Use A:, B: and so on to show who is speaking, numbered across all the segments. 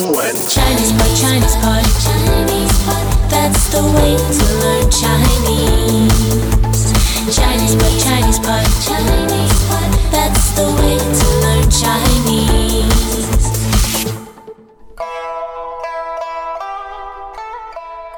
A: Chinese pot, Chinese pot, Chinese pot. That's the way to learn Chinese. Chinese pot, Chinese pot, Chinese pot. That's the way to learn Chinese.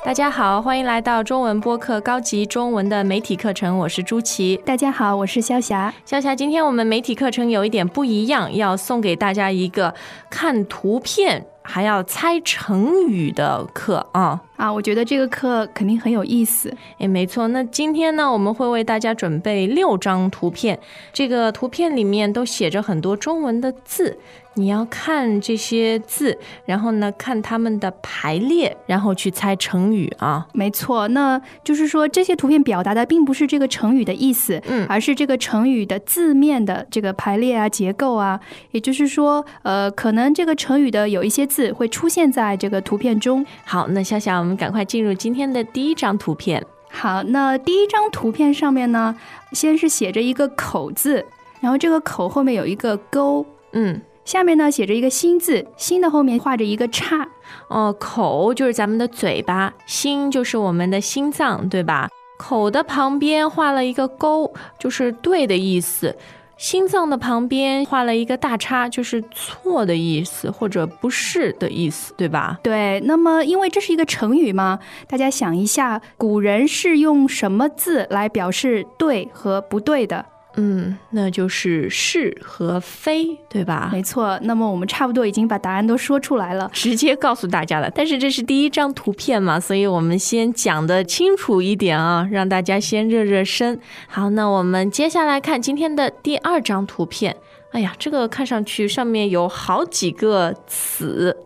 B: 大家好，欢迎来到中文播客高级中文的媒体课程，我是朱琪。
C: 大家好，我是肖霞。
B: 夏夏，今天我们媒体课程有一点不一样，要送给大家一个看图片还要猜成语的课啊。
C: 啊，我觉得这个课肯定很有意思。
B: 诶，没错。那今天呢，我们会为大家准备六张图片，这个图片里面都写着很多中文的字，你要看这些字，然后呢看它们的排列，然后去猜成语啊。
C: 没错，那就是说这些图片表达的并不是这个成语的意思，
B: 嗯
C: 而是这个成语的字面的这个排列啊、结构啊。也就是说，呃，可能这个成语的有一些字会出现在这个图片中。
B: 好，那夏夏，我们赶快进入今天的第一张图片。
C: 好，那第一张图片上面呢，先是写着一个口字，然后这个口后面有一个勾，
B: 嗯，
C: 下面呢写着一个心字，心的后面画着一个叉。
B: 哦，口就是咱们的嘴巴，心就是我们的心脏，对吧？口的旁边画了一个勾，就是对的意思；心脏的旁边画了一个大叉，就是错的意思或者不是的意思，对吧？
C: 对，那么因为这是一个成语嘛，大家想一下，古人是用什么字来表示对和不对的？
B: 嗯，那就是是和非，对吧？
C: 没错，那么我们差不多已经把答案都说出来了。
B: 直接告诉大家了。但是这是第一张图片嘛，所以我们先讲的清楚一点啊，让大家先热热身。好，那我们接下来看今天的第二张图片。哎呀，这个看上去上面有好几个“此”，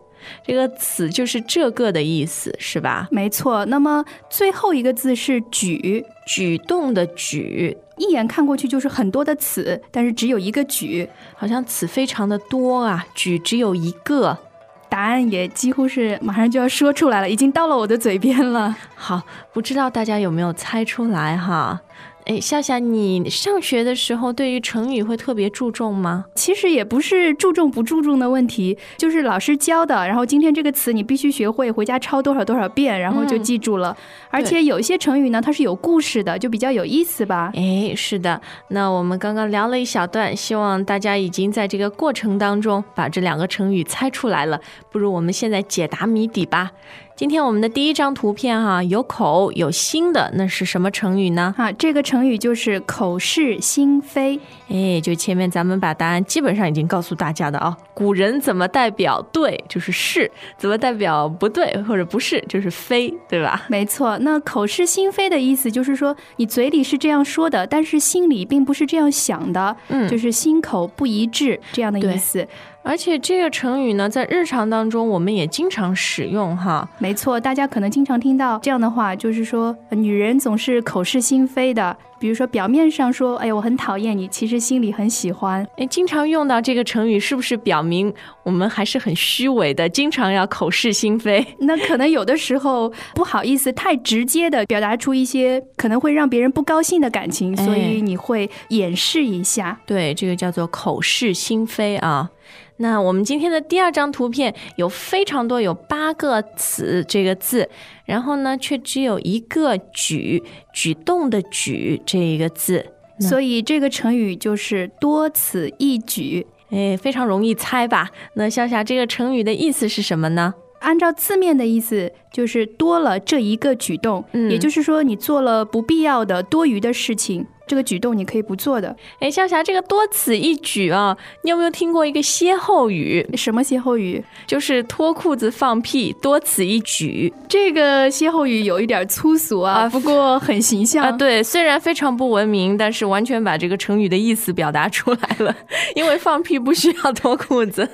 B: 这个“此”就是这个的意思，是吧？
C: 没错，那么最后一个字是举，
B: 举动的“举
C: 一眼看过去就是很多的此，但是只有一个举，”，
B: 好像“此”非常的多啊，“举”只有一个。
C: 答案也几乎是马上就要说出来了，已经到了我的嘴边了。
B: 好，不知道大家有没有猜出来哈？哎，夏夏，你上学的时候对于成语会特别注重吗？
C: 其实也不是注重不注重的问题，就是老师教的。然后今天这个词你必须学会，回家抄多少多少遍，然后就记住了。而且有一些成语呢，它是有故事的，就比较有意思 吧。
B: 哎，是的，那我们刚刚聊了一小段，希望大家已经在这个过程当中把这两个成语猜出来了。不如我们现在解答谜底吧。今天我们的第一张图片哈、有口有心的，那是什么成语呢？
C: 啊，这个成语就是口是心非。
B: 哎，就前面咱们把答案基本上已经告诉大家的啊。古人怎么代表对就是是，怎么代表不对或者不是就是非，对吧？
C: 没错，那口是心非的意思就是说，你嘴里是这样说的，但是心里并不是这样想的，
B: 嗯
C: 就是心口不一致这样的
B: 对
C: 意思。
B: 而且这个成语呢，在日常当中我们也经常使用哈。
C: 没错，大家可能经常听到这样的话，就是说呃女人总是口是心非的。比如说，表面上说“哎呀，我很讨厌你”，其实心里很喜欢。
B: 哎，经常用到这个成语，是不是表明我们还是很虚伪的？经常要口是心非。
C: 那可能有的时候不好意思太直接的表达出一些可能会让别人不高兴的感情，
B: 哎
C: 所以你会掩饰一下。
B: 对，这个叫做口是心非啊。那我们今天的第二张图片有非常多，有八个“词”这个字，然后呢，却只有一个“举”举动的“举”这一个字。那
C: 所以这个成语就是多此一举。
B: 哎，非常容易猜吧？那笑笑，这个成语的意思是什么呢？
C: 按照字面的意思，就是多了这一个举动，
B: 嗯
C: 也就是说你做了不必要的多余的事情，这个举动你可以不做的。
B: 哎，笑霞，这个多此一举啊，你有没有听过一个歇后语？
C: 什么歇后语？
B: 就是脱裤子放屁，多此一举
C: 这个歇后语有一点粗俗啊，
B: 啊
C: 不过很形象。
B: 啊！对，虽然非常不文明，但是完全把这个成语的意思表达出来了。 因为放屁不需要脱裤子，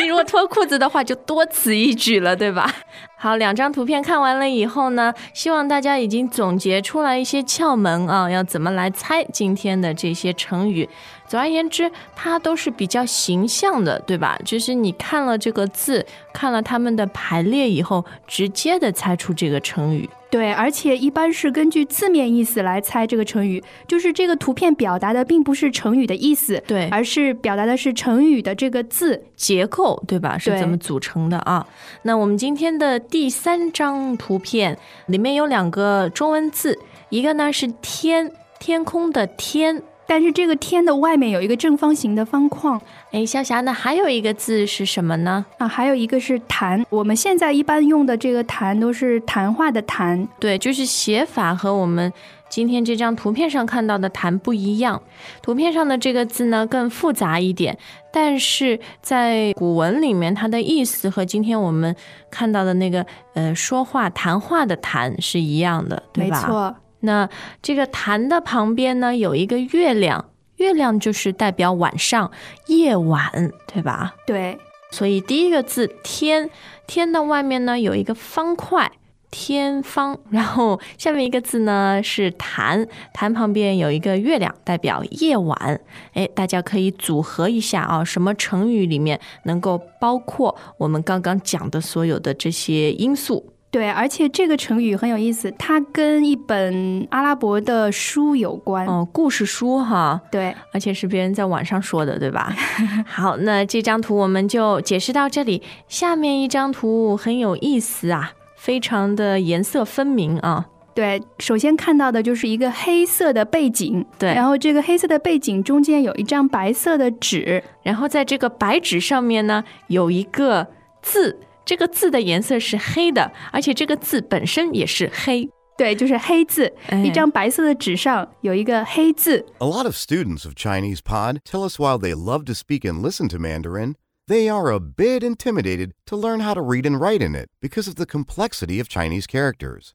B: 你如果脱裤子的话，就多此一举了，对吧？好，两张图片看完了以后呢，希望大家已经总结出来一些窍门啊，要怎么来猜今天的这些成语。总而言之，它都是比较形象的，对吧？就是你看了这个字，看了它们的排列以后，直接的猜出这个成语。
C: 对，而且一般是根据字面意思来猜这个成语，就是这个图片表达的并不是成语的意思，
B: 对
C: 而是表达的是成语的这个字。
B: 结构，对吧？是
C: 对
B: 怎么组成的啊？那我们今天的第三张图片里面有两个中文字，一个呢是天，天空的天。
C: 但是这个天的外面有一个正方形的方框
B: 哎，潇霞，那还有一个字是什么呢？
C: 啊，还有一个是谈。我们现在一般用的这个谈都是谈话的谈，
B: 对，就是写法和我们今天这张图片上看到的“谈”不一样。图片上的这个字呢更复杂一点，但是在古文里面，它的意思和今天我们看到的那个呃说话谈话的“谈”是一样的，对
C: 没
B: 吧？
C: 错。
B: 那这个坛的旁边呢，有一个月亮，月亮就是代表晚上、夜晚，对吧？
C: 对，
B: 所以第一个字“天”，天的外面呢有一个方块，天方。然后下面一个字呢是“坛”，坛旁边有一个月亮，代表夜晚。哎，大家可以组合一下啊，什么成语里面能够包括我们刚刚讲的所有的这些因素？
C: 对，而且这个成语很有意思，它跟一本阿拉伯的书有关。
B: 哦，故事书哈，
C: 对，
B: 而且是别人在网上说的，对吧？ 好，那这张图我们就解释到这里。下面一张图很有意思啊，非常的颜色分明啊。
C: 对，首先看到的就是一个黑色的背景，
B: 对
C: 然后这个黑色的背景中间有一张白色的纸，
B: 然后在这个白纸上面呢，有一个字，这个字的颜色是黑的，而且这个字本身也是黑。
C: 对，就是黑字，
B: 哎
C: 一张白色的纸上有一个黑字，
D: A lot of students of Chinese Pod tell us while they love to speak and listen to Mandarin, they are a bit intimidated to learn how to read and write in it because of the complexity of Chinese characters.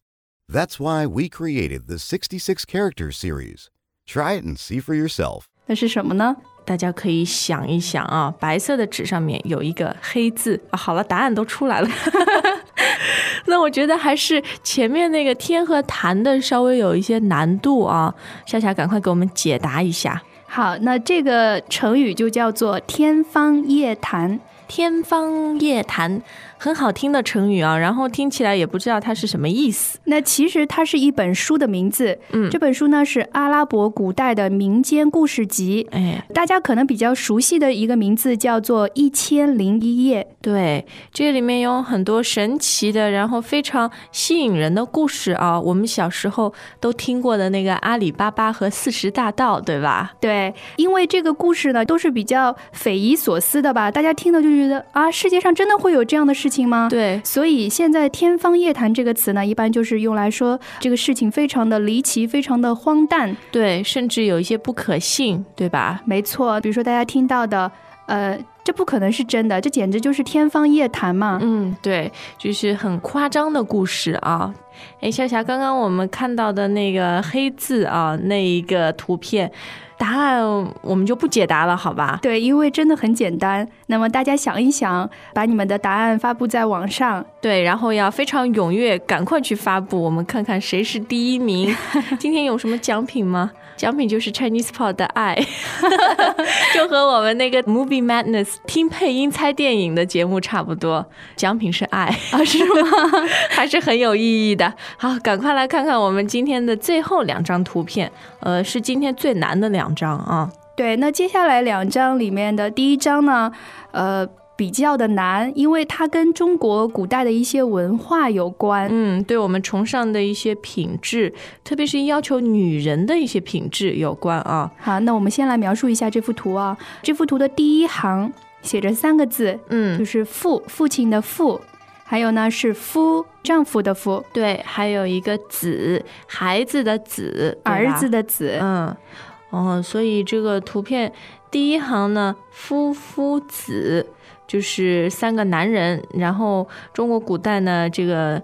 D: That's why we created the 66 characters series. Try it and see for yourself.
C: 那是什么呢？
B: 大家可以想一想啊，白色的纸上面有一个黑字啊。好了，答案都出来了。 那我觉得还是前面那个天和谈的稍微有一些难度啊，夏夏赶快给我们解答一下。
C: 好，那这个成语就叫做天方夜谭。
B: 天方夜谭，很好听的成语啊，然后听起来也不知道它是什么意思。
C: 那其实它是一本书的名字，嗯，这本书呢是阿拉伯古代的民间故事集，
B: 哎，
C: 大家可能比较熟悉的一个名字叫做《一千零一夜》。
B: 对，这里面有很多神奇的，然后非常吸引人的故事啊。我们小时候都听过的那个阿里巴巴和四十大盗，对吧？
C: 对，因为这个故事呢都是比较匪夷所思的吧，大家听了就觉得啊，世界上真的会有这样的事情吗？。
B: 对，
C: 所以现在“天方夜谭”这个词呢，一般就是用来说这个事情非常的离奇，非常的荒诞。
B: 对，甚至有一些不可信，对吧？
C: 没错，比如说大家听到的，呃，这不可能是真的，这简直就是天方夜谭嘛。
B: 嗯，对，就是很夸张的故事啊。哎，笑霞，刚刚我们看到的那个黑字啊，那一个图片，答案我们就不解答了，好吧？
C: 对，因为真的很简单。那么大家想一想，把你们的答案发布在网上。
B: 对，然后要非常踊跃，赶快去发布，我们看看谁是第一 名。今天有什么奖品吗？奖品就是 Chinese Pod 的 爱，就和我们那个 Movie Madness 听配音猜电影的节目差不多。奖品是爱啊，是吗？ 还是很有意义的。好，赶快来看看我们今天的最后两张图片，呃，是今天最难的两张啊。
C: 对，那接下来两章里面的第一章呢，呃，比较的难，因为它跟中国古代的一些文化有关。
B: 嗯，对我们崇尚的一些品质，特别是要求女人的一些品质有关啊。
C: 好，那我们先来描述一下这幅图啊。这幅图的第一行写着三个字，
B: 嗯
C: 就，是“父”，父亲的“父”，还有呢是“夫”，丈夫的“夫
B: 对，还有一个子，孩子的子”，，对
C: 儿
B: 吧
C: 子，的“子”。
B: 嗯，哦，所以这个图片第一行呢，夫夫子就是三个男人，然后中国古代呢，这个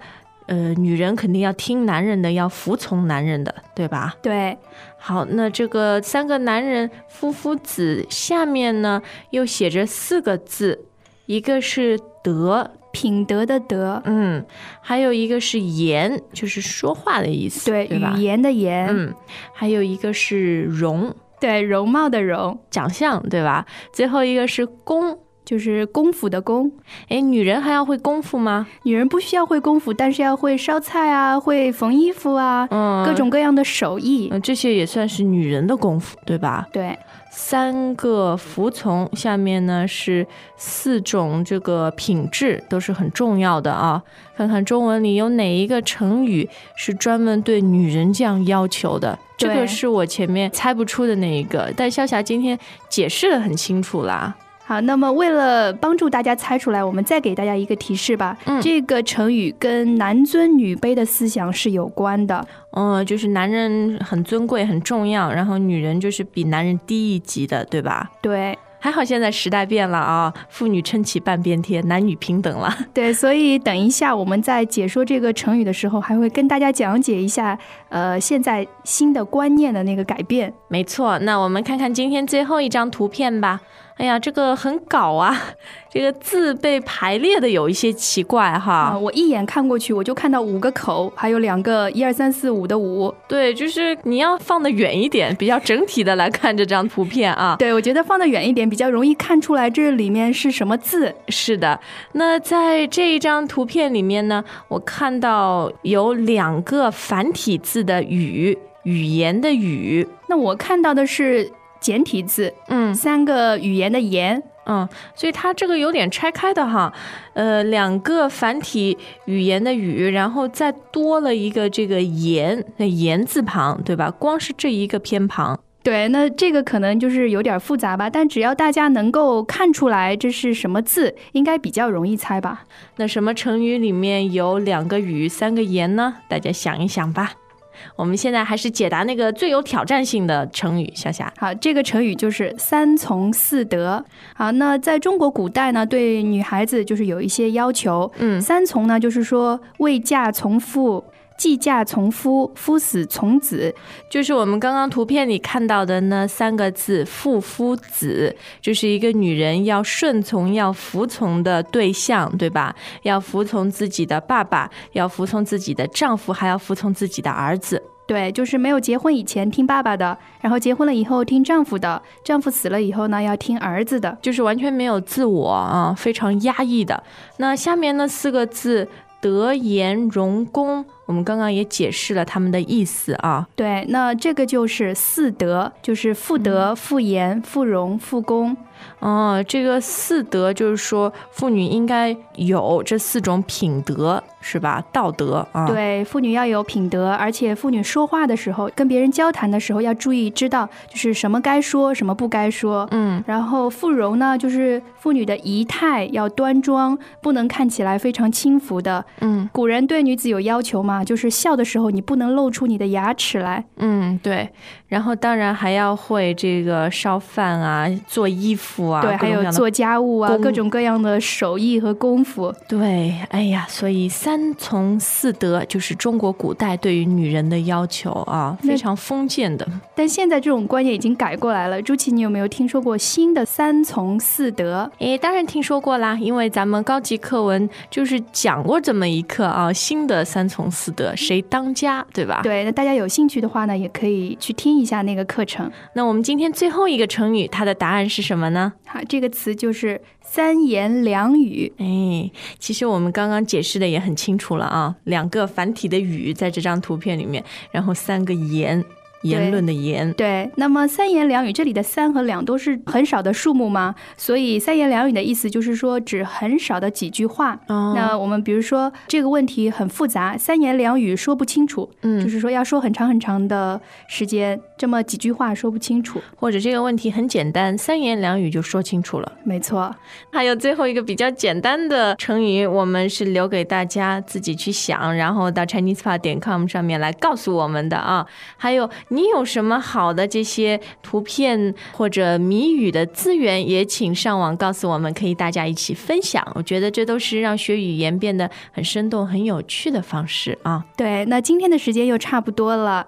B: 呃女人肯定要听男人的，要服从男人的，对吧？
C: 对，
B: 好，那这个三个男人夫夫子下面呢又写着四个字，一个是德，
C: 品德的“德
B: 嗯，还有一个是言，就是说话的意”，思，
C: 对，
B: 对吧
C: 语？言的“言”，
B: 嗯，还有一个是容
C: 对，容貌的“容”。
B: 长相，对吧？最后一个是功，
C: 就是功夫的功。
B: 哎，女人还要会功夫吗？
C: 女人不需要会功夫，但是要会烧菜啊，会缝衣服啊，
B: 嗯
C: 各种各样的手艺。
B: 嗯，这些也算是女人的功夫，对吧？
C: 对，
B: 三个服从，下面呢是四种这个品质，都是很重要的啊。看看中文里有哪一个成语是专门对女人这样要求的？这
C: 对
B: 个是我前面猜不出的那一个，但潇霞今天解释的很清楚啦。
C: 好，那么为了帮助大家猜出来，我们再给大家一个提示吧。
B: 嗯
C: 这个成语跟男尊女卑的思想是有关的。
B: 嗯，就是男人很尊贵很重要，然后女人就是比男人低一级的，对吧？
C: 对
B: 还好现在时代变了啊，妇女撑起半边天，男女平等了。
C: 对，所以等一下我们在解说这个成语的时候，还会跟大家讲解一下，呃，现在新的观念的那个改变。
B: 没错，那我们看看今天最后一张图片吧。哎呀，这个很搞啊， 这个字被排列的有一些奇怪哈。
C: 啊、我一眼看过去，我就看到五个口，还有两个一二三四五的五。
B: 对，就是你要放得远一点，比较整体的来看这张图片啊。
C: 对，我觉得放得远一点比较容易看出来这里面是什么字。
B: 是的，那在这一张图片里面呢，我看到有两个繁体字的“语”，语言的“语
C: 那我看到的是简体字，”。
B: 嗯
C: 三个语言的言。
B: 嗯，所以它这个有点拆开的哈，呃，两个繁体语言的语，然后再多了一个这个言，那言字旁，对吧？光是这一个偏旁，
C: 对，那这个可能就是有点复杂吧，但只要大家能够看出来这是什么字，应该比较容易猜吧。
B: 那什么成语里面有两个语、三个言呢？大家想一想吧。我们现在还是解答那个最有挑战性的成语，小霞。
C: 好，这个成语就是三从四德。好，那在中国古代呢，对女孩子就是有一些要求。
B: 嗯
C: 三从呢，就是说未嫁从父，既嫁从夫，夫死从子。
B: 就是我们刚刚图片里看到的那三个字“父夫子”，就是一个女人要顺从、要服从的对象，对吧？要服从自己的爸爸，要服从自己的丈夫，还要服从自己的儿子。
C: 对，就是没有结婚以前听爸爸的，然后结婚了以后听丈夫的，丈夫死了以后呢要听儿子的。
B: 就是完全没有自我啊，非常压抑的。那下面那四个字“德言容功”，我们刚刚也解释了他们的意思啊。
C: 对，那这个就是四德，就是妇
B: 嗯
C: 德、妇言、妇容、妇功。
B: 哦，这个四德就是说，妇女应该有这四种品德，是吧？道德啊，，
C: 对，妇女要有品德，而且妇女说话的时候，跟别人交谈的时候要注意，知道就是什么该说，什么不该说。
B: 嗯，
C: 然后妇容呢，就是妇女的仪态要端庄，不能看起来非常轻浮的。
B: 嗯
C: 古人对女子有要求嘛，就是笑的时候你不能露出你的牙齿来。
B: 嗯，对。然后当然还要会这个烧饭啊，做衣服啊，
C: 对，
B: 各种
C: 还
B: 各
C: 有
B: 样的
C: 做家务啊，
B: 工
C: 各种各样的手艺和功夫。
B: 对，哎呀，所以三从四德就是中国古代对于女人的要求啊，
C: 那
B: 非常封建的。
C: 但现在这种观念已经改过来了。朱琪，你有没有听说过新的三从四德？
B: 诶，当然听说过啦，因为咱们高级课文就是讲过这么一课啊，新的三从四德谁当家，对吧？
C: 对，那大家有兴趣的话呢，也可以去听一下那个课程。
B: 那我们今天最后一个成语，它的答案是什么呢？
C: 好，这个词就是三言两语。
B: 哎，其实我们刚刚解释的也很清楚了啊，两个繁体的“语”在这张图片里面，然后三个“言”言论的“言
C: 对，那么三言两语这里的三和两都是很少的数目嘛，所以三言两语的意思就是说只很少的几句话。”。
B: 哦，
C: 那我们比如说这个问题很复杂，三言两语说不清楚，就
B: 嗯，
C: 是说要说很长很长的时间，这么几句话说不清楚。
B: 或者这个问题很简单，三言两语就说清楚了。
C: 没错，
B: 还有最后一个比较简单的成语，我们是留给大家自己去想，然后到 ChinesePod 点 com 上面来告诉我们的啊。还有你有什么好的这些图片或者谜语的资源，也请上网告诉我们，可以大家一起分享。我觉得这都是让学语言变得很生动、很有趣的方式啊。
C: 对，那今天的时间又差不多了，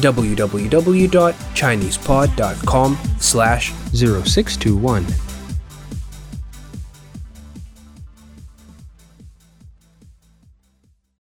E: www.chinesepod.com slash 0621.